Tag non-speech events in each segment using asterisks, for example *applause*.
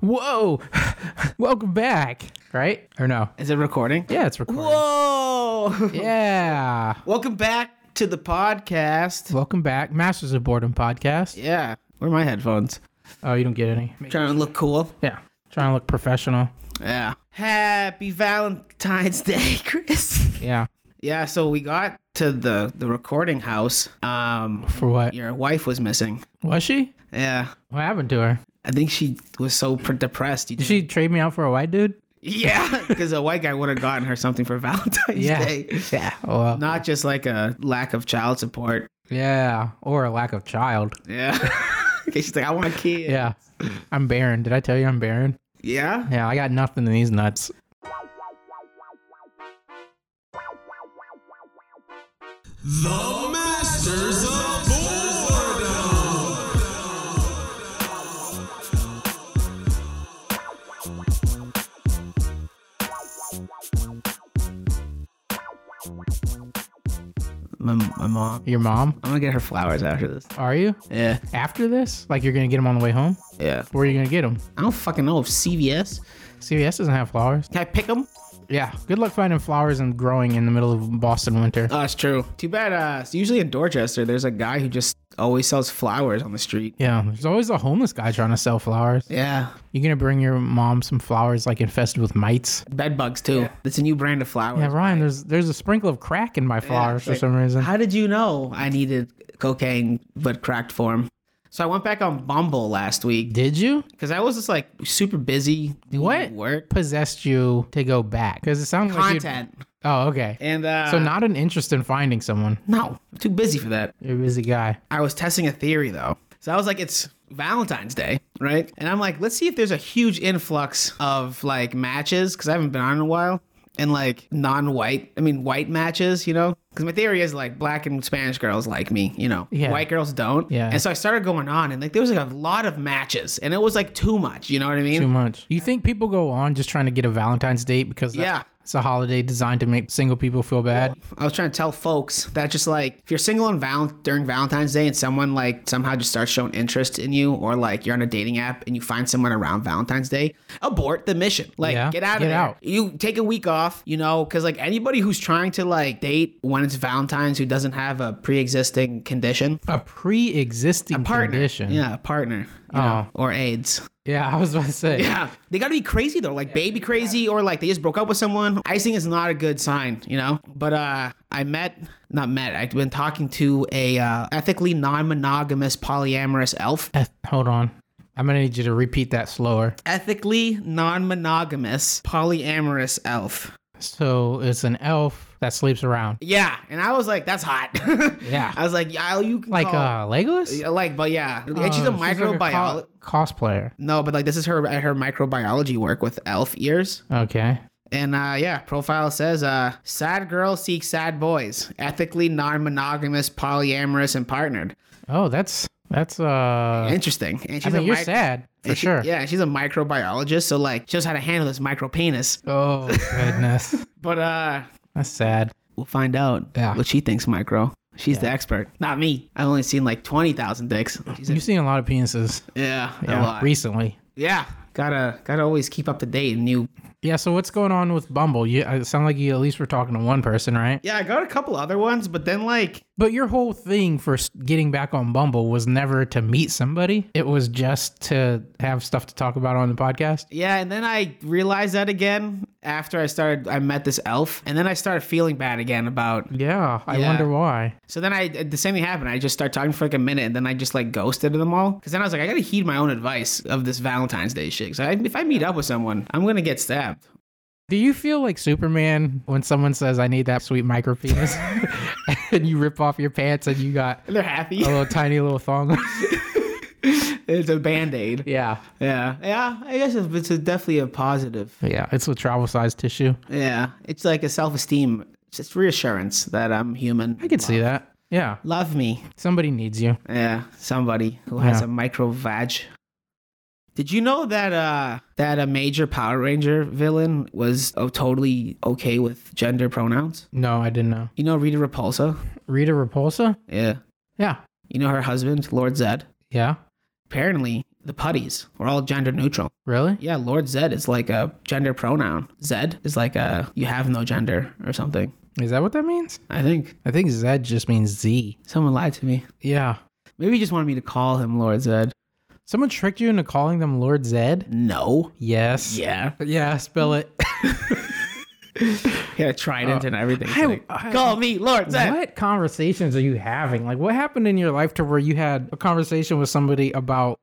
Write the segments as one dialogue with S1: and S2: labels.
S1: whoa, *laughs* welcome back, right? Or no?
S2: Is it recording?
S1: Yeah, it's recording.
S2: Whoa!
S1: Yeah.
S2: *laughs* Welcome back to the podcast.
S1: Welcome back, Masters of Boredom podcast.
S2: Yeah. Where are my headphones?
S1: Oh, you don't get any.
S2: Trying to look cool.
S1: Yeah, trying to look professional.
S2: Yeah. Happy Valentine's Day, *laughs* Chris.
S1: Yeah.
S2: Yeah, so we got to the the recording house. Um
S1: For what?
S2: your wife was missing.
S1: Was she?
S2: Yeah.
S1: What happened to her?
S2: I think she was so pre- depressed. You
S1: Did she trade me out for a white dude?
S2: *laughs* Yeah, because a white guy would have gotten her something for *laughs* Valentine's
S1: Yeah.
S2: Day.
S1: Yeah. Oh, well,
S2: Not just like a lack of child support.
S1: yeah. Or a lack of child. *laughs*
S2: Yeah. *laughs* 'Cause she's like, I want a kid.
S1: Yeah. I'm barren. Did I tell you I'm barren?
S2: Yeah.
S1: Yeah, I got nothing in these nuts.
S3: The Masters of Boredom!
S2: My, my mom.
S1: Your mom?
S2: I'm gonna get her flowers after this.
S1: Are you?
S2: Yeah,
S1: After this? Like you're going to get them on the way home?
S2: yeah.
S1: Where are you going to get them?
S2: I don't fucking know if CVS.
S1: CVS doesn't have flowers.
S2: Can I pick them?
S1: Yeah. Good luck finding flowers and growing in the middle of Boston winter.
S2: Oh, it's true. Too bad. Uh, it's usually in Dorchester, there's a guy who just always sells flowers on the street.
S1: Yeah. There's always a homeless guy trying to sell flowers.
S2: Yeah,
S1: You're going to bring your mom some flowers like infested with mites.
S2: bed bugs too. It's a new brand of flowers.
S1: Yeah, Ryan, there's there's a sprinkle of crack in my flowers for
S2: like-
S1: some reason.
S2: How did you know I needed cocaine but cracked form? So I went back on Bumble last week
S1: Did you?
S2: because I was just like super busy doing
S1: What?
S2: work
S1: Possessed you to go back? Because it sounded like you.
S2: content
S1: Oh, okay.
S2: and uh,
S1: so not an interest in finding someone.
S2: no, I'm too busy for that.
S1: You're a busy guy.
S2: I was testing a theory though. So I was like, it's Valentine's Day, right? And I'm like, let's see if there's a huge influx of like matches because I haven't been on in a while and like non white, I mean, white matches, you know? Because my theory is like black and Spanish girls like me, you know?
S1: Yeah.
S2: White girls don't.
S1: Yeah.
S2: And so I started going on and like there was like a lot of matches and it was like too much, you know what I mean?
S1: Too much. You think people go on just trying to get a Valentine's date because that's-
S2: Yeah.
S1: it's a holiday designed to make single people feel bad?
S2: I was trying to tell folks that just like if you're single on val- during Valentine's Day and someone like somehow just starts showing interest in you, or like you're on a dating app and you find someone around Valentine's Day, abort the mission. Like
S1: Yeah,
S2: get out of
S1: get
S2: there.
S1: out.
S2: You take a week off, you know, because like anybody who's trying to like date when it's Valentine's who doesn't have a pre-existing condition,
S1: A pre-existing
S2: partner,
S1: condition. Oh.
S2: yeah, a partner, you know, or AIDS.
S1: Yeah, I was about to say.
S2: Yeah, *clears throat* they gotta be crazy though, like baby crazy, or like they just broke up with someone. Icing is not a good sign, you know. But uh, I met, not met. I've been talking to a uh, ethically non-monogamous polyamorous elf.
S1: Eh, Hold on. I'm gonna need you to repeat that slower.
S2: Ethically non-monogamous polyamorous elf.
S1: So it's an elf that sleeps around,
S2: Yeah, and I was like, that's hot. *laughs*
S1: Yeah.
S2: I was like, yeah, you can
S1: like
S2: call-
S1: uh, Legolas.
S2: Oh, Yeah, like, but yeah, and she's a
S1: Oh, like
S2: microbiologist.
S1: co- cosplayer.
S2: no, but like this is her her microbiology work with elf ears.
S1: Okay.
S2: And uh, yeah, profile says uh, sad girls seek sad boys, ethically non monogamous, polyamorous, and partnered.
S1: Oh, that's that's uh.
S2: Interesting. And
S1: I mean, you're
S2: mic-
S1: sad for
S2: and she-
S1: sure.
S2: *laughs* Yeah, she's a microbiologist, so like she knows how to handle this micro penis.
S1: Oh goodness,
S2: But uh,
S1: that's
S2: *laughs*
S1: sad.
S2: we'll find out
S1: Yeah.
S2: what she thinks micro. She's the expert, not me. I've only seen like twenty thousand dicks. She's a,
S1: You've seen a lot of penises
S2: yeah, a
S1: yeah,
S2: lot.
S1: recently.
S2: yeah, gotta gotta always keep up to date. And you,
S1: Yeah. So what's going on with Bumble? You uh, it sound like you at least were talking to one person, right?
S2: yeah, I got a couple other ones, but then like
S1: But your whole thing for s- getting back on Bumble was never to meet somebody. It was just to have stuff to talk about on the podcast.
S2: Yeah, and then I realized that again after I started. I met this elf, and then I started feeling bad again about.
S1: Yeah, I
S2: Yeah.
S1: wonder why.
S2: So then I the same thing happened. I just started talking for like a minute, and then I just like ghosted them all. Because then I was like, I gotta heed my own advice of this Valentine's Day shit. Because if I meet up with someone, I'm gonna get stabbed. *laughs*
S1: Do you feel like Superman when someone says, "I need that sweet micro *laughs* penis," and you rip off your pants and you got
S2: And they're happy.
S1: a little tiny little thong?
S2: *laughs* it's a band aid.
S1: *laughs* yeah,
S2: Yeah, yeah. I guess it's, it's a, definitely a positive.
S1: yeah. It's with travel size tissue.
S2: Yeah, it's like a self esteem. It's just reassurance that I'm human.
S1: I can see that. Yeah,
S2: Love me.
S1: somebody needs you.
S2: Yeah, somebody who has
S1: Yeah.
S2: a micro vag. Did you know that uh that a major Power Ranger villain was oh, totally okay with gender pronouns?
S1: No, I didn't know.
S2: You know Rita Repulsa?
S1: Rita Repulsa.
S2: Yeah.
S1: Yeah,
S2: You know her husband, Lord Zed?
S1: yeah.
S2: Apparently, the putties were all gender neutral.
S1: Really?
S2: Yeah, Lord Zed is like a gender pronoun. Zed is like a you have no gender or something.
S1: Is that what that means?
S2: I think
S1: I think Zed just means Z.
S2: someone lied to me.
S1: Yeah.
S2: Maybe he just wanted me to call him Lord Zed.
S1: Someone tricked you into calling them Lord Zed?
S2: No.
S1: Yes.
S2: Yeah.
S1: Yeah, spell it.
S2: He had a trident and everything. It's
S1: I-
S2: like,
S1: I-
S2: call me Lord Zed.
S1: what conversations are you having? Like, what happened in your life to where you had a conversation with somebody about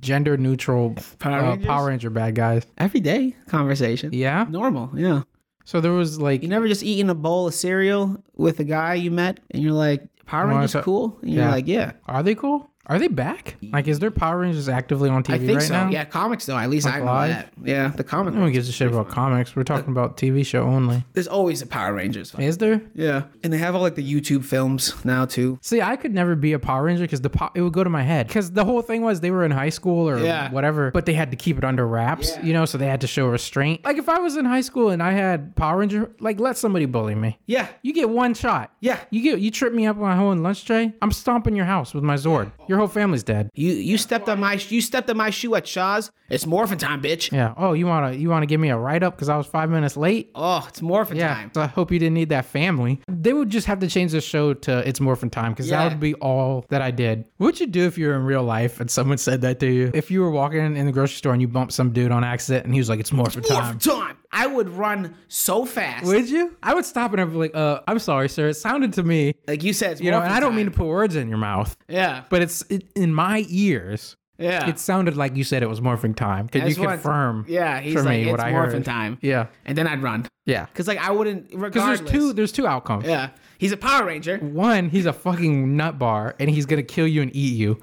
S1: gender neutral
S2: Power
S1: uh,
S2: Rangers?
S1: Power Ranger bad guys?
S2: Everyday conversation.
S1: Yeah.
S2: Normal. Yeah.
S1: So there was like,
S2: You never just eaten a bowl of cereal with a guy you met and you're like, Power
S1: Wanna
S2: Rangers
S1: ta-
S2: cool? And you're
S1: Yeah.
S2: like, yeah.
S1: are they cool? Are they back? Like, is there Power Rangers actively on TV
S2: I think
S1: right
S2: so.
S1: now?
S2: Yeah, comics though. At least I know
S1: live?
S2: that. Yeah, the comic.
S1: No one gives a shit about comics. We're talking about TV show only.
S2: There's always a Power Rangers.
S1: Is there?
S2: Yeah, and they have all like the YouTube films now too.
S1: See, I could never be a Power Ranger because the po- it would go to my head. Because the whole thing was they were in high school or
S2: Yeah.
S1: whatever, but they had to keep it under wraps, you know. So they had to show restraint. Like if I was in high school and I had Power Ranger, like let somebody bully me.
S2: Yeah,
S1: You get one shot.
S2: yeah.
S1: You get you trip me up on my whole lunch tray. I'm stomping your house with my Zord. Your whole family's dead.
S2: You you stepped on my you stepped on my shoe at Shaw's. It's morphin time, bitch.
S1: Yeah. Oh, you wanna you wanna give me a write up because I was five minutes late.
S2: Oh, it's morphin
S1: Yeah.
S2: time.
S1: So I hope you didn't need that family. They would just have to change the show to It's Morphin Time because
S2: Yeah.
S1: that would be all that I did. What would you do if you were in real life and someone said that to you? If you were walking in the grocery store and you bumped some dude on accident and he was like, It's Morphin Time.
S2: Morphin time. I would run so fast.
S1: Would you? I would stop and I'd be like, uh, I'm sorry, sir. It sounded to me,
S2: Like you said, it's
S1: you know, and
S2: morphin
S1: I don't
S2: time.
S1: mean to put words in your mouth,
S2: Yeah,
S1: but it's it, in my ears.
S2: yeah. *laughs*
S1: It sounded like you said it was morphing time. Could
S2: That's
S1: you
S2: what-
S1: confirm?
S2: yeah. He's
S1: for
S2: like
S1: me
S2: it's
S1: what I
S2: morphin
S1: heard.
S2: time.
S1: Yeah.
S2: And then I'd run
S1: Yeah.
S2: because like I wouldn't. Because
S1: Because there's two. There's two outcomes.
S2: Yeah, he's a Power
S1: *laughs*
S2: Ranger.
S1: One, he's a fucking nut bar, and he's gonna kill you and eat
S2: *laughs*
S1: you.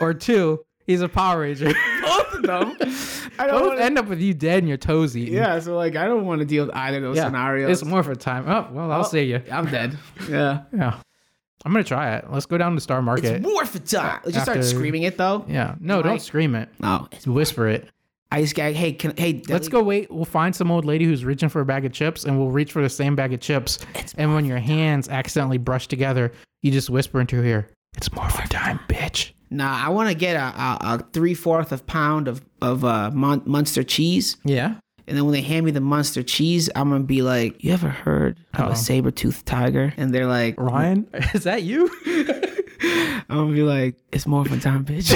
S1: or two, he's a Power Ranger.
S2: Both of them. I don't.
S1: Both
S2: Wanna,
S1: end up with you dead and your toes eaten.
S2: yeah, so like I don't want to deal with either of those
S1: Yeah.
S2: scenarios.
S1: It's more for time. Oh well, I'll see you.
S2: I'm dead. Yeah.
S1: Yeah, I'm gonna try it. Let's go down to Star Market.
S2: It's war for time. Did you start
S1: After-
S2: screaming it though?
S1: yeah, no, don't scream it.
S2: No.
S1: Whisper it.
S2: I just got, hey, can, hey,
S1: Let's go wait. We'll find some old lady who's reaching for a bag of chips, and we'll reach for the same bag of chips. and when your hands accidentally brush together, you just whisper into her ear, "It's more for time, bitch."
S2: Nah, I want to get a, a, a three fourth of pound of of uh, Mon- Munster cheese,
S1: Yeah.
S2: and then when they hand me the Munster cheese, I'm gonna be like, you ever heard of a saber toothed tiger? And they're like,
S1: Ryan, is that
S2: *laughs*
S1: you?
S2: I'm gonna be like, it's more fun time, bitch.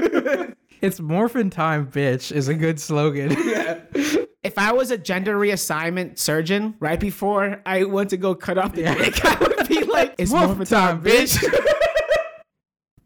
S1: *laughs*
S2: *laughs*
S1: It's morphin time, bitch, is a good *laughs* slogan.
S2: if I was a gender reassignment surgeon, right before I went to go cut off the dick, I would *laughs* be like, it's more fun
S1: morphin' time,
S2: time, bitch. *laughs*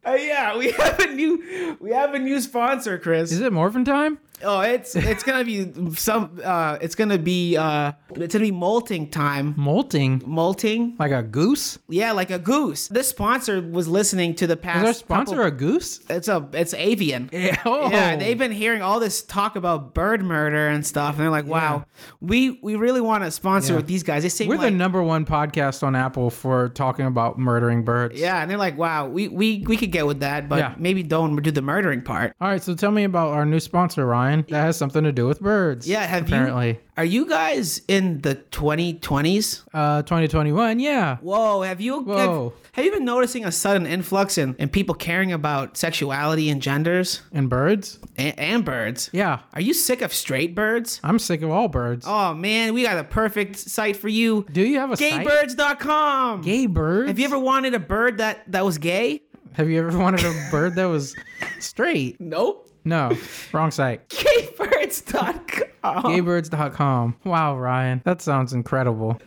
S2: Uh, yeah, we have a new we have a new sponsor, Chris.
S1: Is it morphin time?
S2: Oh, it's it's gonna be some. Uh, it's gonna be uh, it's gonna be molting time.
S1: Molting.
S2: Molting,
S1: Like a goose?
S2: yeah, like a goose. This sponsor was listening to the past.
S1: Is our sponsor a goose?
S2: couple- it's a it's avian.
S1: *laughs* Yeah. Oh.
S2: Yeah, they've been hearing all this talk about bird murder and stuff, and they're like, "Wow, we we really want to sponsor with these guys." They seem
S1: We're
S2: like,
S1: the number one podcast on Apple for talking about murdering birds.
S2: yeah, and they're like, "Wow, we we we could get with that, but
S1: Yeah.
S2: maybe don't do the murdering part."
S1: All right, so tell me about our new sponsor, Ryan. That has something to do with birds.
S2: Yeah, have
S1: apparently.
S2: you? Are you guys in the 2020s?
S1: Uh, 2021, yeah.
S2: Whoa, have you
S1: Whoa.
S2: Have, have you been noticing a sudden influx in, in people caring about sexuality and genders
S1: And birds?
S2: and, and birds?
S1: Yeah.
S2: Are you sick of straight birds?
S1: I'm sick of all birds.
S2: Oh man, we got a perfect site for you.
S1: do you have a site?
S2: Gaybirds.com.
S1: Gay birds?
S2: Have you ever wanted a bird that that was gay?
S1: Have you ever wanted a bird that was straight?
S2: Nope.
S1: No. Wrong site.
S2: *laughs* Gaybirds.com.
S1: gaybirds.com. Wow, Ryan, that sounds incredible.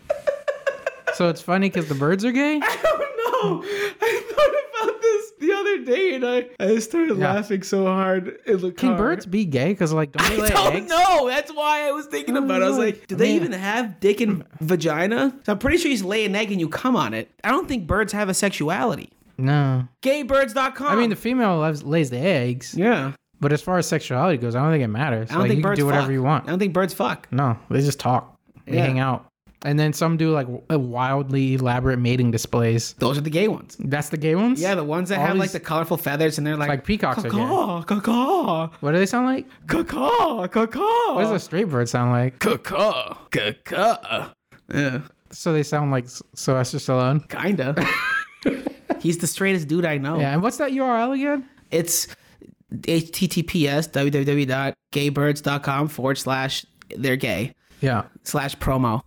S1: so it's funny because the birds are gay.
S2: I don't know. Oh, I thought about this the other day and I, I started
S1: Yeah.
S2: laughing so hard in the
S1: Can
S2: *laughs*
S1: birds be gay? Because like, don't they
S2: I
S1: lay
S2: don't
S1: eggs? Oh,
S2: know. That's why I was thinking about. it. I was like, do they
S1: Yeah.
S2: even have dick and vagina? So I'm pretty sure you just lay an egg and you come on it. I don't think birds have a sexuality.
S1: No.
S2: Gaybirds.com.
S1: I mean, the female loves, lays the eggs,
S2: yeah.
S1: but as far as sexuality goes, I don't think it matters.
S2: I don't
S1: like,
S2: think
S1: you can
S2: birds
S1: do whatever
S2: fuck.
S1: you
S2: I
S1: want.
S2: don't think birds fuck.
S1: No, they just talk. They
S2: Yeah.
S1: hang out. And then some do like w- uh, wildly elaborate mating displays.
S2: Those are the gay ones.
S1: That's the gay ones.
S2: Yeah, the ones that
S1: All
S2: have like
S1: these-
S2: the colorful feathers and they're like
S1: like peacocks are gay.
S2: caw caw
S1: What do they sound like?
S2: caw caw caw
S1: What does
S2: caw
S1: a straight bird sound like?
S2: caw caw caw. Yeah,
S1: So they sound like S- Sylvester Stallone.
S2: kinda. *laughs* He's the straightest dude I know.
S1: Yeah. And what's that URL again?
S2: It's https www.gaybirds.com forward slash they're gay
S1: Yeah.
S2: slash promo.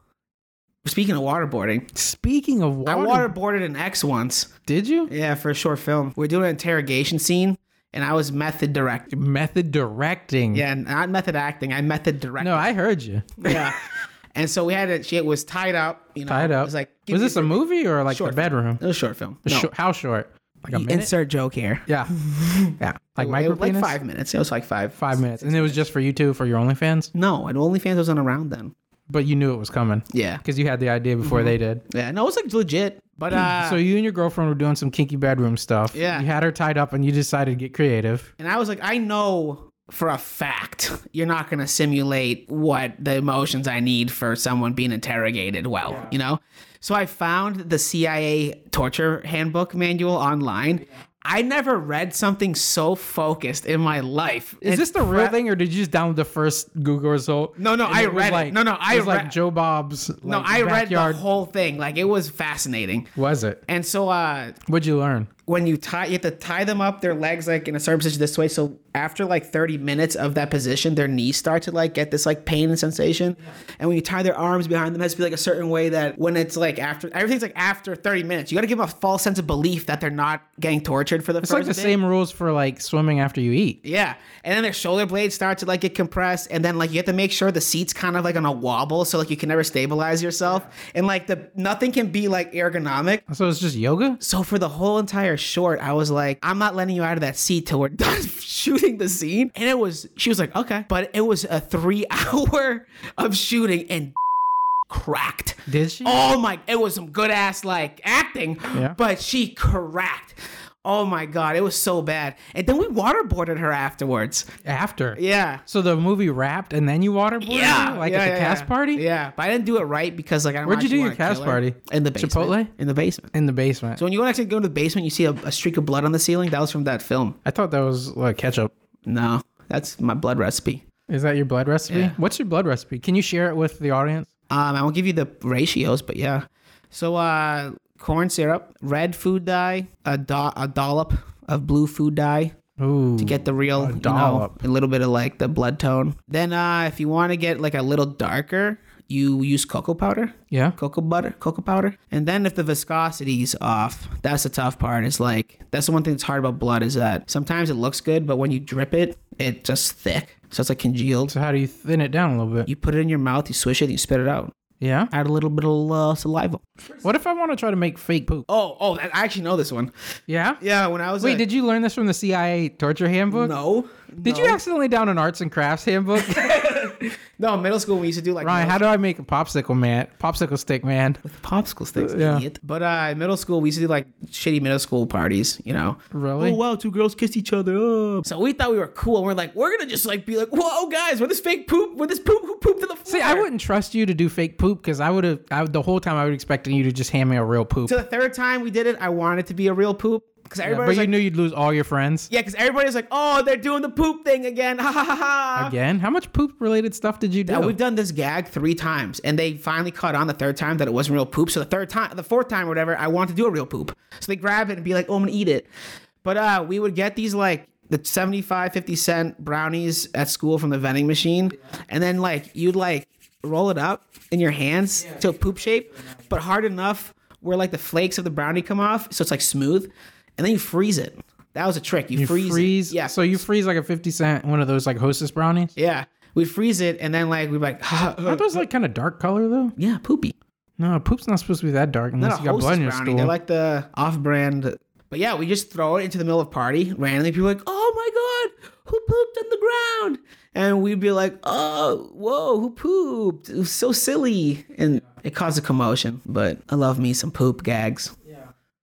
S2: Speaking of waterboarding,
S1: Speaking of water,
S2: I waterboarded an ex once.
S1: did you
S2: Yeah, for a short film. We're doing an interrogation scene, and I was method direct.
S1: method directing?
S2: Yeah, not method acting. I method direct.
S1: No, I heard you.
S2: yeah. *laughs* And so we had it. She was tied up. You know,
S1: Tied up.
S2: It was like, give
S1: was
S2: me
S1: this a movie or like
S2: Short
S1: a bedroom?
S2: It was a short film.
S1: A
S2: No.
S1: shor- how short? Like a minute.
S2: Insert joke here. *laughs*
S1: yeah. Yeah. Like
S2: It
S1: micro
S2: was like
S1: penis.
S2: five minutes. It was like five.
S1: Five minutes, and it was just for you two for your OnlyFans.
S2: No, and OnlyFans wasn't around then.
S1: But you knew it was coming
S2: Yeah.
S1: because you had the idea before
S2: Mm-hmm.
S1: they did.
S2: Yeah. No, it was like legit. But uh,
S1: Hmm. so you and your girlfriend were doing some kinky bedroom stuff.
S2: Yeah.
S1: You had her tied up, and you decided to get creative.
S2: And I was like, I know for a fact you're not going to simulate what the emotions I need for someone being interrogated well, you know? So I found the CIA torture handbook manual online. I never read something so focused in my life.
S1: Is this the real thing, or did you just download the first Google result?
S2: No, no,
S1: and
S2: I
S1: it was
S2: read it.
S1: Like,
S2: No, no, I
S1: it was like
S2: read-
S1: Joe Bob's.
S2: No,
S1: like,
S2: I read
S1: backyard.
S2: the whole thing. Like it was fascinating.
S1: Was it?
S2: And so uh
S1: What'd you learn?
S2: when you tie you have to tie them up their legs like in a certain position this way so after like 30 minutes of that position their knees start to like get this like pain and sensation and when you tie their arms behind them it has to be like a certain way that when it's like after everything's like after 30 minutes you got to give them a false sense of belief that they're not getting tortured for the
S1: It's
S2: first
S1: like the
S2: bit.
S1: same rules for like swimming after you eat.
S2: Yeah, and then their shoulder blades start to like get compressed, and then like you have to make sure the seat's kind of like on a wobble, so like you can never stabilize yourself, and like the nothing can be like ergonomic.
S1: So it's just yoga.
S2: So for the whole entire short, I was like, I'm not letting you out of that seat till we're *laughs* done shooting the scene. And it was, she was like, okay, but it was a three *laughs* hour of shooting and *laughs* cracked.
S1: Did she?
S2: Oh my, it was some good ass like acting,
S1: Yeah.
S2: but she cracked. Oh my God, it was so bad. And then we waterboarded her afterwards.
S1: After.
S2: Yeah.
S1: So the movie wrapped, and then you waterboarded
S2: Yeah,
S1: her, like
S2: yeah,
S1: at the
S2: yeah,
S1: cast
S2: yeah.
S1: party
S2: Yeah, but I didn't do it right because like I don't.
S1: Where'd you do
S2: actually
S1: your
S2: wanna kill
S1: cast
S2: her.
S1: party?
S2: In the basement.
S1: Chipotle?
S2: In the basement.
S1: in the basement.
S2: So when you actually go to the basement, you see a, a streak of blood on the ceiling. That was from that film.
S1: I thought that was like ketchup.
S2: No, that's my blood recipe.
S1: Is that your blood recipe?
S2: Yeah.
S1: What's your blood recipe? Can you share it with the audience?
S2: Um, I won't give you the ratios, but yeah. So, uh, corn syrup, red food dye, a, do- a dollop of blue food dye.
S1: Ooh. To
S2: Get the real, you know,
S1: dollop.
S2: a little bit of like the blood tone. Then, uh, if you want to get like a little darker, you use cocoa powder,
S1: yeah.
S2: cocoa butter, cocoa powder. And then if the viscosity's off, that's the tough part. Is like that's the one thing that's hard about blood is that sometimes it looks good, but when you drip it, it's just thick. So it's like congealed.
S1: So how do you thin it down a little bit?
S2: You put it in your mouth, you swish it, you spit it out.
S1: Yeah.
S2: Add a little bit of uh, saliva.
S1: What if I want to try to make fake poop?
S2: Oh, oh, I actually know this one.
S1: Yeah.
S2: Yeah, when I was
S1: Wait, did you learn this from the CIA torture handbook?
S2: no,
S1: Did you accidentally down an arts and crafts
S2: *laughs*
S1: handbook?
S2: no middle school we used to do like
S1: Ryan, how do I make a popsicle man? Popsicle stick man.
S2: popsicle sticks,
S1: Yeah.
S2: idiot. But uh, in middle school we used to do like shitty middle school parties, you know.
S1: Really?
S2: Oh wow, two girls kissed each other. Oh. So we thought we were cool, and we're like, we're gonna just like be like, whoa, guys, we're this fake poop, we're this poop who pooped to the floor.
S1: See, I wouldn't trust you to do fake poop because I would have. I would- the whole time I would expecting you to just hand me a real poop.
S2: So the third time we did it, I wanted to be a real poop because
S1: Yeah,
S2: everybody
S1: but
S2: was
S1: you
S2: like,
S1: knew you'd lose all your friends
S2: yeah, because everybody was like, oh, they're doing the poop thing again, ha ha ha ha.
S1: again. How much poop related stuff did you do?
S2: Yeah, we've done this gag three times, and they finally caught on the third time that it wasn't real poop. So the third time, the fourth time, or whatever, I wanted to do a real poop. So they grab it and be like, "Oh, I'm gonna eat it." But uh, we would get these like the 75, 50 cent brownies at school from the vending machine, and then like you'd like roll it up in your hands to a poop shape, but hard enough where like the flakes of the brownie come off, so it's like smooth, and then you freeze it. That was a trick. You, freeze. it. Yeah.
S1: So you freeze like a fifty cent one of those like Hostess brownies.
S2: yeah. We'd freeze it, and then like we'd be like, *laughs*
S1: Aren't those like kind of dark color though?
S2: yeah, poopy.
S1: No, poop's not supposed to be that dark unless
S2: Not
S1: you
S2: a
S1: got blood
S2: Hostess
S1: in your
S2: brownie.
S1: stool.
S2: They're like the off-brand. But yeah, we just throw it into the middle of party randomly. People are like, "Oh my god, who pooped on the ground?" And we'd be like, "Oh, whoa, who pooped? It was so silly!" And it caused a commotion. But I love me some poop gags.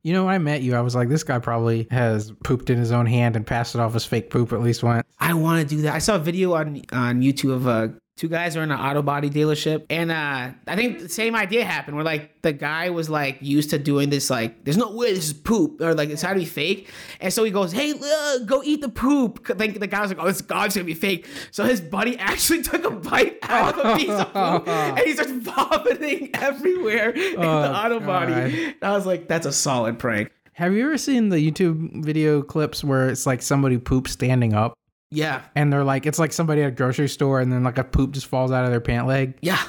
S1: you know, when I met you, I was like, this guy probably has pooped in his own hand and passed it off as fake poop at least once.
S2: I want to do that. I saw a video on on YouTube of uh, two guys are in an auto body dealership, and uh, I think the same idea happened. Where like the guy was like used to doing this, like there's no way this is poop, or like it's how to be fake, and so he goes, "Hey, uh, go eat the poop." I think the guy was like, "Oh, this God's gonna be fake." So his buddy actually *laughs* took a bite out of a piece of poop, and he starts vomiting *laughs* everywhere in the auto body.
S1: God.
S2: And I was like, "That's a solid prank."
S1: Have you ever seen the YouTube video clips where it's like somebody poops standing up?
S2: Yeah.
S1: And they're like, it's like somebody at a grocery store and then like a poop just falls out of their pant leg.
S2: Yeah.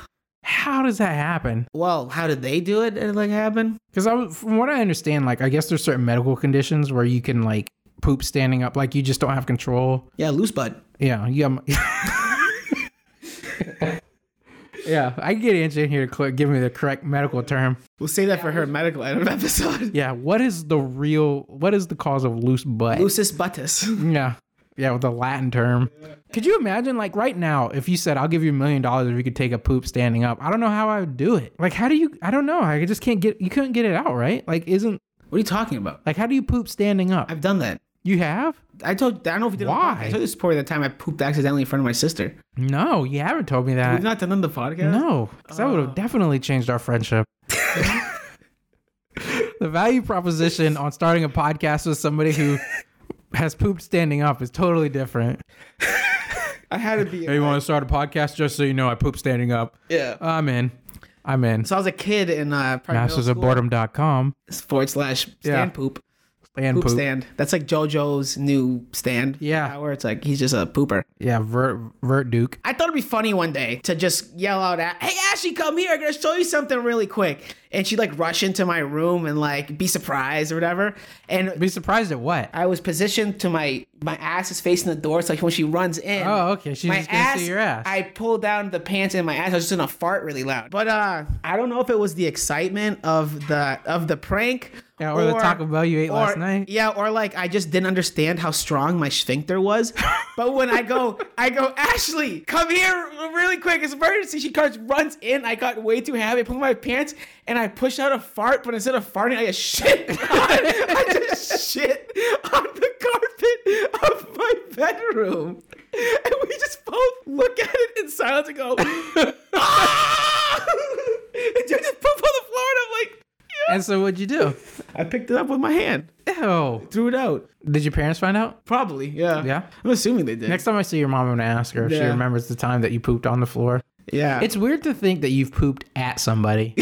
S1: How does that happen?
S2: Well, how did they do it? And like happen?
S1: Because I, was- from what I understand, like I guess there's certain medical conditions where you can like poop standing up, like you just don't have control.
S2: Yeah, loose butt.
S1: Yeah, yeah. yeah, I can get Angie in here to cl- give me the correct medical term.
S2: We'll say that for her medical item *laughs* episode.
S1: Yeah, what is the real? What is the cause of loose butt?
S2: Lucis buttus.
S1: Yeah. Yeah, with the Latin term. Could you imagine, like, right now, if you said, I'll give you a million dollars if you could take a poop standing up? I don't know how I would do it. Like, how do you, I don't know. I just can't get, you couldn't get it out, right? Like, isn't,
S2: What are you talking about?
S1: like, how do you poop standing up?
S2: I've done that.
S1: You have?
S2: I told. I don't know if you did. it on the
S1: Why?
S2: podcast. I told you this story the time I pooped accidentally in front of my sister.
S1: No, you haven't told me that.
S2: We've not done on the podcast.
S1: No, because that would
S2: Oh.
S1: have definitely changed our friendship. *laughs* the value proposition on starting a podcast with somebody
S2: *laughs*
S1: who has pooped standing up is totally different.
S2: I had to be.
S1: Hey, you want to start a podcast? Just so you know, I poop standing up.
S2: *laughs* Yeah.
S1: I'm in. I'm in.
S2: So I was a kid in uh, probably middle
S1: Masters of
S2: school.
S1: boredom.com
S2: forward slash stand
S1: Yeah.
S2: poop.
S1: and
S2: Poop,
S1: poop.
S2: stand. That's like JoJo's new stand.
S1: Yeah.
S2: Where it's like he's just a pooper.
S1: Yeah, Vert, Vert Duke.
S2: I thought it'd be funny one day to just yell out at, "Hey Ashley, come here! I'm gonna show you something really quick." And she'd like rush into my room and like be surprised or whatever. And
S1: Be surprised at what?
S2: I was positioned to my my ass is facing the door, so like when she runs in,
S1: Oh, okay. She's just gonna see your ass.
S2: I pulled down the pants and my ass. I was just gonna fart really loud. But uh, I don't know if it was the excitement of the of the prank.
S1: Yeah, or the Taco Bell you ate
S2: or-
S1: last night.
S2: Yeah, or like I just didn't understand how strong my sphincter was. *laughs* but when I go, I go, Ashley, come here really quick. It's an emergency. She comes, runs in. I got way too happy. I pulled my pants and I pushed out a fart. But instead of farting, I just shit. *laughs* on- I just shit on the carpet of my bedroom. And we just both look at it in silence and go, *laughs* ah! *laughs* And just poop on the floor and I'm like,
S1: and so what'd you do?
S2: I picked it up with my hand,
S1: Ew.
S2: threw it out.
S1: Did your parents find out?
S2: Probably, yeah.
S1: Yeah.
S2: I'm assuming they did.
S1: Next time I see your mom, I'm gonna ask her if she
S2: Yeah.
S1: remembers the time that you pooped on the floor.
S2: yeah.
S1: It's weird to think that you've pooped at somebody,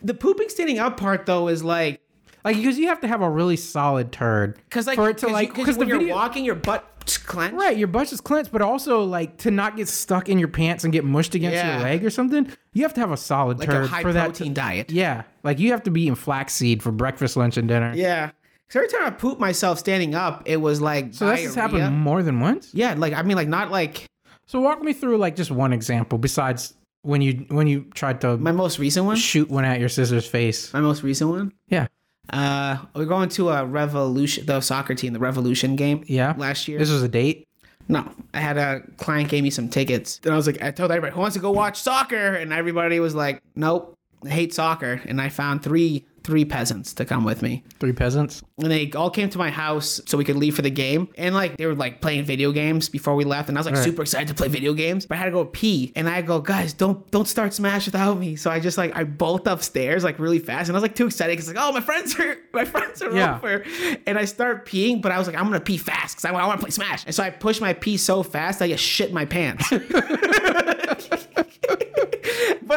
S2: the pooping standing up part though is like
S1: like because you have to have a really solid turd
S2: because like
S1: for it to
S2: 'cause you-
S1: like
S2: 'cause
S1: because the
S2: when you're
S1: video.
S2: walking, your butt clenched.
S1: Right, your butt is clenched, but also like to not get stuck in your pants and get mushed against
S2: Yeah.
S1: your leg or something. You have to have a solid
S2: Like
S1: turd
S2: a high
S1: for that. to-
S2: protein diet.
S1: yeah, like you have to be eating flaxseed for breakfast, lunch, and dinner.
S2: Yeah. Because every time I pooped myself standing up, it was like
S1: So this has
S2: diarrhea.
S1: happened more than once.
S2: Yeah, like I mean, like not like
S1: So walk me through like just one example besides when you when you tried to
S2: my most recent one.
S1: shoot one at your sister's face.
S2: My most recent one.
S1: Yeah,
S2: Uh, we're going to a revolution, the soccer team, the Revolution game.
S1: yeah.
S2: Last year.
S1: this was a date.
S2: No, I had a client gave me some tickets, and I was like, I told everybody who wants to go watch soccer, and everybody was like, Nope, I hate soccer. And I found three three peasants to come with me,
S1: Three peasants.
S2: and they all came to my house so we could leave for the game. And like they were like playing video games before we left, and I was like super excited to play video games, but I had to go pee, and I go, guys, don't don't start Smash without me. So I just like I bolt upstairs like really fast, and I was like too excited because like oh my friends are *laughs* my friends are
S1: Yeah.
S2: over everywhere. And I start peeing, but I was like, I'm gonna pee fast because I, want to play Smash. And so I push my pee so fast I just shit my pants. *laughs* but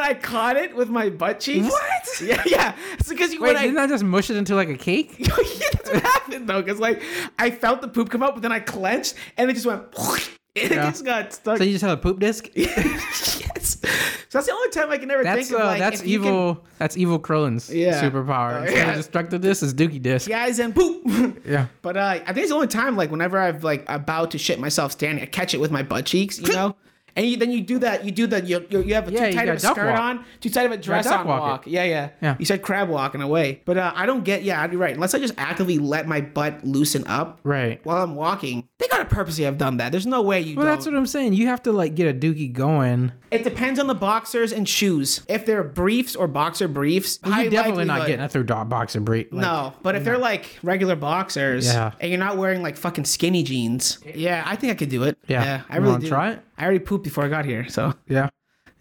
S2: I caught it with my butt cheeks.
S1: What?
S2: Yeah, yeah. It's because you
S1: Wait,
S2: when I
S1: didn't I just mush it into like a cake?
S2: yeah, *laughs* that's what happened though, because like I felt the poop come up, but then I clenched and it just went. *laughs* And it just got stuck.
S1: So you just have a poop disc?
S2: *laughs* yes. So that's the only time I can ever
S1: That's
S2: think of
S1: uh,
S2: like
S1: that's
S2: if you can-
S1: evil. That's evil Krillin's
S2: Yeah.
S1: superpower.
S2: Oh,
S1: Instead
S2: yeah.
S1: of destructive disc is Dookie disc.
S2: guys and poop. *laughs*
S1: Yeah.
S2: But uh, I think it's the only time, like, whenever I've like about to shit myself standing, I catch it with my butt
S1: *laughs*
S2: cheeks, you know. And you, then you do that. You do the you, you, you have a
S1: Yeah, you
S2: too tight
S1: gotta
S2: of a
S1: duck
S2: skirt
S1: walk.
S2: on, too tight of a dress
S1: duck
S2: on
S1: walk
S2: walk.
S1: it.
S2: Yeah, yeah,
S1: Yeah.
S2: You said crab walking away, but uh, I don't get. Yeah, I'd be right. Unless I just actively let my butt loosen up
S1: Right.
S2: while I'm walking, they gotta purposely have done that. There's no way you.
S1: Well,
S2: don't.
S1: that's what I'm saying. You have to like get a Dookie going.
S2: it depends on the boxers and shoes. If they're briefs or boxer briefs,
S1: You're
S2: high
S1: definitely not
S2: likelihood-
S1: getting it through dot box and break. Like,
S2: no, but if they're like regular boxers
S1: Yeah.
S2: and you're not wearing like fucking skinny jeans, yeah, I think I could do it.
S1: Yeah.
S2: I
S1: You
S2: really
S1: wanna
S2: do.
S1: try it?
S2: I already pooped before I got here, so
S1: Yeah.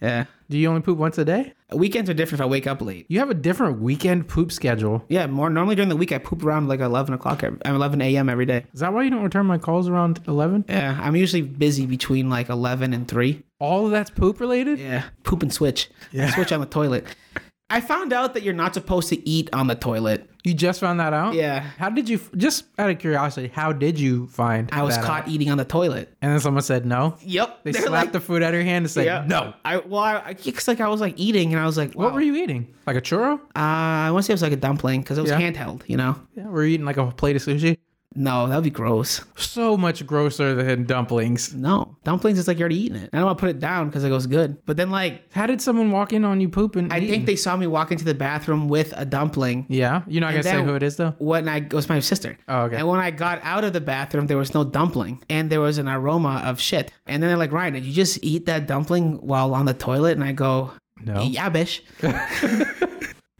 S2: yeah.
S1: Do you only poop once a day?
S2: Weekends are different if I wake up late.
S1: You have a different weekend poop schedule.
S2: Yeah, more normally during the week I poop around like eleven o'clock, ev- uh, eleven a.m. every day.
S1: Is that why you don't return my calls around 11?
S2: Yeah, I'm usually busy between like eleven and three.
S1: All of that's poop related?
S2: Yeah, poop and switch.
S1: Yeah.
S2: switch on the toilet. I I found out that you're not supposed to eat on the toilet.
S1: You just found that out?
S2: Yeah.
S1: How did you, just out of curiosity, how did you find
S2: I was
S1: that
S2: caught
S1: out?
S2: eating on the toilet.
S1: And then someone said no?
S2: Yep.
S1: They
S2: uh, They're
S1: slapped
S2: like-
S1: the food out of your hand and said,
S2: Yeah.
S1: no.
S2: I well, I because like I was like eating and I was like, wow.
S1: What were you eating? Like a churro?
S2: Uh, I want to say it was like a dumpling because it was
S1: Yeah.
S2: handheld. You know?
S1: Yeah, were you eating like a plate of sushi?
S2: No, that'd be gross.
S1: So much grosser than dumplings.
S2: No, dumplings is like you're already eating it. I don't want to put it down because it goes good. But then like
S1: How did someone walk in on you pooping?
S2: I think they saw me walk into the bathroom with a dumpling.
S1: Yeah, you're not gonna
S2: And
S1: say
S2: then-
S1: who it is though.
S2: When I it was my sister.
S1: Oh, okay.
S2: And when I got out of the bathroom, there was no dumpling, and there was an aroma of shit. And then they're like, Ryan, did you just eat that dumpling while on the toilet? And I go,
S1: No.
S2: Yeah, bish.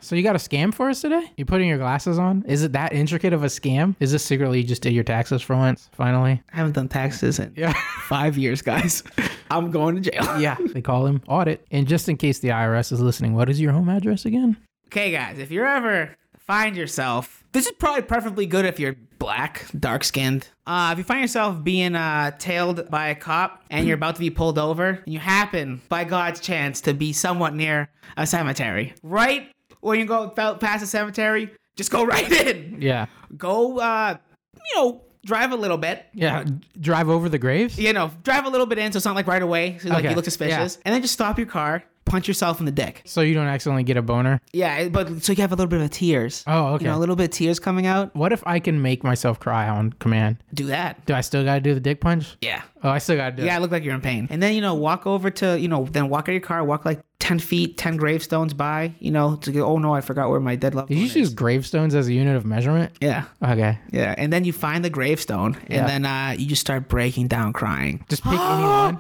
S1: So you got a scam for us today? You putting your glasses on? Is it that intricate of a scam? Is this secretly you just did your taxes for once? Finally?
S2: I haven't done taxes in
S1: Yeah.
S2: five years, guys.
S1: *laughs*
S2: I'm going to jail.
S1: yeah. *laughs* They call him audit. And just in case the IRS is listening, what is your home address again?
S2: Okay, guys, if you're ever find yourself, this is probably preferably good if you're black, dark skinned. Uh, if you find yourself being uh, tailed by a cop and you're about to be pulled over, and you happen by God's chance to be somewhat near a cemetery, right when you go fel- past a cemetery, just go *laughs* right in.
S1: Yeah.
S2: Go, uh, you know, drive a little bit.
S1: Yeah. d- Drive over the graves?
S2: You know, drive a little bit in, so it's not like right away, so like
S1: Okay,
S2: you look suspicious, and then just stop your car, punch yourself in the dick.
S1: So you don't accidentally get a boner?
S2: Yeah, but so you have a little bit of tears.
S1: Oh, okay.
S2: You know, a little bit of tears coming out.
S1: What if I can make myself cry on command?
S2: Do that.
S1: Do I still gotta do the dick punch?
S2: Yeah.
S1: Oh, I still gotta do
S2: You
S1: it.
S2: gotta look like you're in pain. And then, you know, walk over to, you know, then walk out of your car, walk like 10 feet, 10 gravestones by, you know, to go, oh no, I forgot where my dead loved
S1: Did
S2: one
S1: you
S2: is.
S1: just use gravestones as a unit of measurement?
S2: Yeah.
S1: Okay.
S2: Yeah. And then you find the gravestone and
S1: Yeah.
S2: then uh, you just start breaking down crying.
S1: Just pick
S2: *gasps*
S1: anyone.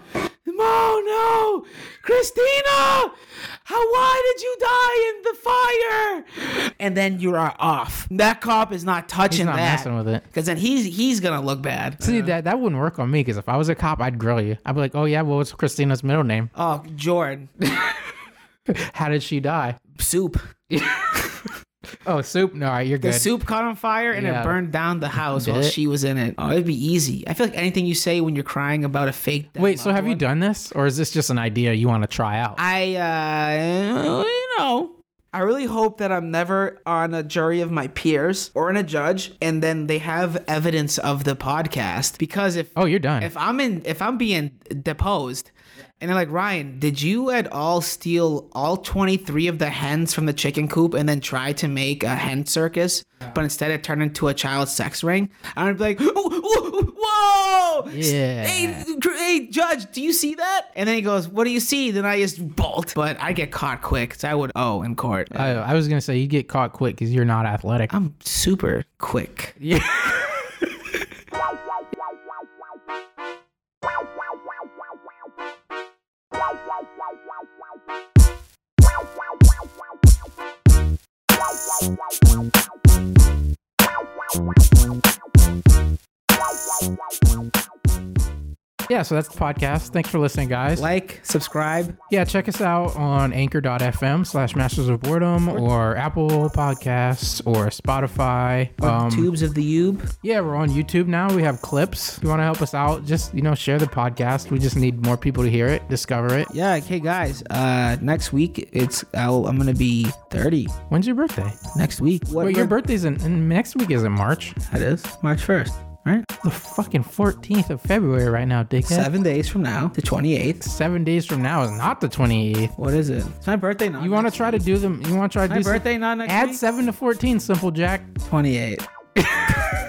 S2: Oh no! Christina! How why did you die in the fire? And then you are off. That cop is not touching
S1: He's not
S2: that.
S1: messing with it.
S2: Cause then he's he's gonna look
S1: *laughs*
S2: bad.
S1: See that that wouldn't work on me because if I was a cop, I'd grill you. I'd be like, "Oh yeah, well, what's Christina's middle name?
S2: Oh, Jordan.
S1: How did she die?
S2: Soup.
S1: Oh, soup. No, all right, you're
S2: The
S1: good.
S2: soup caught on fire and
S1: Yeah.
S2: it burned down the house
S1: Did
S2: while
S1: it?
S2: she was in it. Oh, it'd be easy. I feel like anything you say when you're crying about a fake. death
S1: Wait, so
S2: loved
S1: have you
S2: one-
S1: done this, or is this just an idea you want to try out?
S2: I, uh, you know. I really hope that I'm never on a jury of my peers or in a judge, and then they have evidence of the podcast. Because if
S1: oh, you're done.
S2: if I'm in, if I'm being deposed, and they're like, Ryan, did you at all steal all 23 of the hens from the chicken coop and then try to make a hen circus, but instead it turned into a child sex ring? I'm gonna be like, "Ooh, ooh, ooh, whoa!
S1: Yeah.
S2: Hey, gr- hey, judge, do you see that? And then he goes, what do you see? Then I just bolt, but I get caught quick, so I would owe in court.
S1: I, uh, I was gonna say you get caught quick because you're not athletic.
S2: I'm super quick.
S1: yeah, so that's the podcast. Thanks for listening, guys.
S2: Like, subscribe.
S1: Yeah, check us out on anchor.fm slash masters of boredom or Apple Podcasts or Spotify. Um,
S2: Tubes of the Ube.
S1: Yeah, we're on YouTube now. We have clips. If you want to help us out, just, you know, share the podcast. We just need more people to hear it, discover it.
S2: Yeah, hey guys. Uh, next week it's I'll, I'm gonna be 30.
S1: When's your birthday?
S2: Next week. What
S1: Wait, your birthday's in, in next week isn't March.
S2: That is March 1st, right?
S1: The fucking 14th of February right now, dickhead.
S2: Seven days from now, the 28th.
S1: Seven days from now is not the 28th.
S2: What is it? It's my birthday. Not
S1: You want to
S2: next
S1: try to do them? You want to try to
S2: My
S1: do some-
S2: birthday not next
S1: Add
S2: week?
S1: seven to 14, simple Jack.
S2: 28.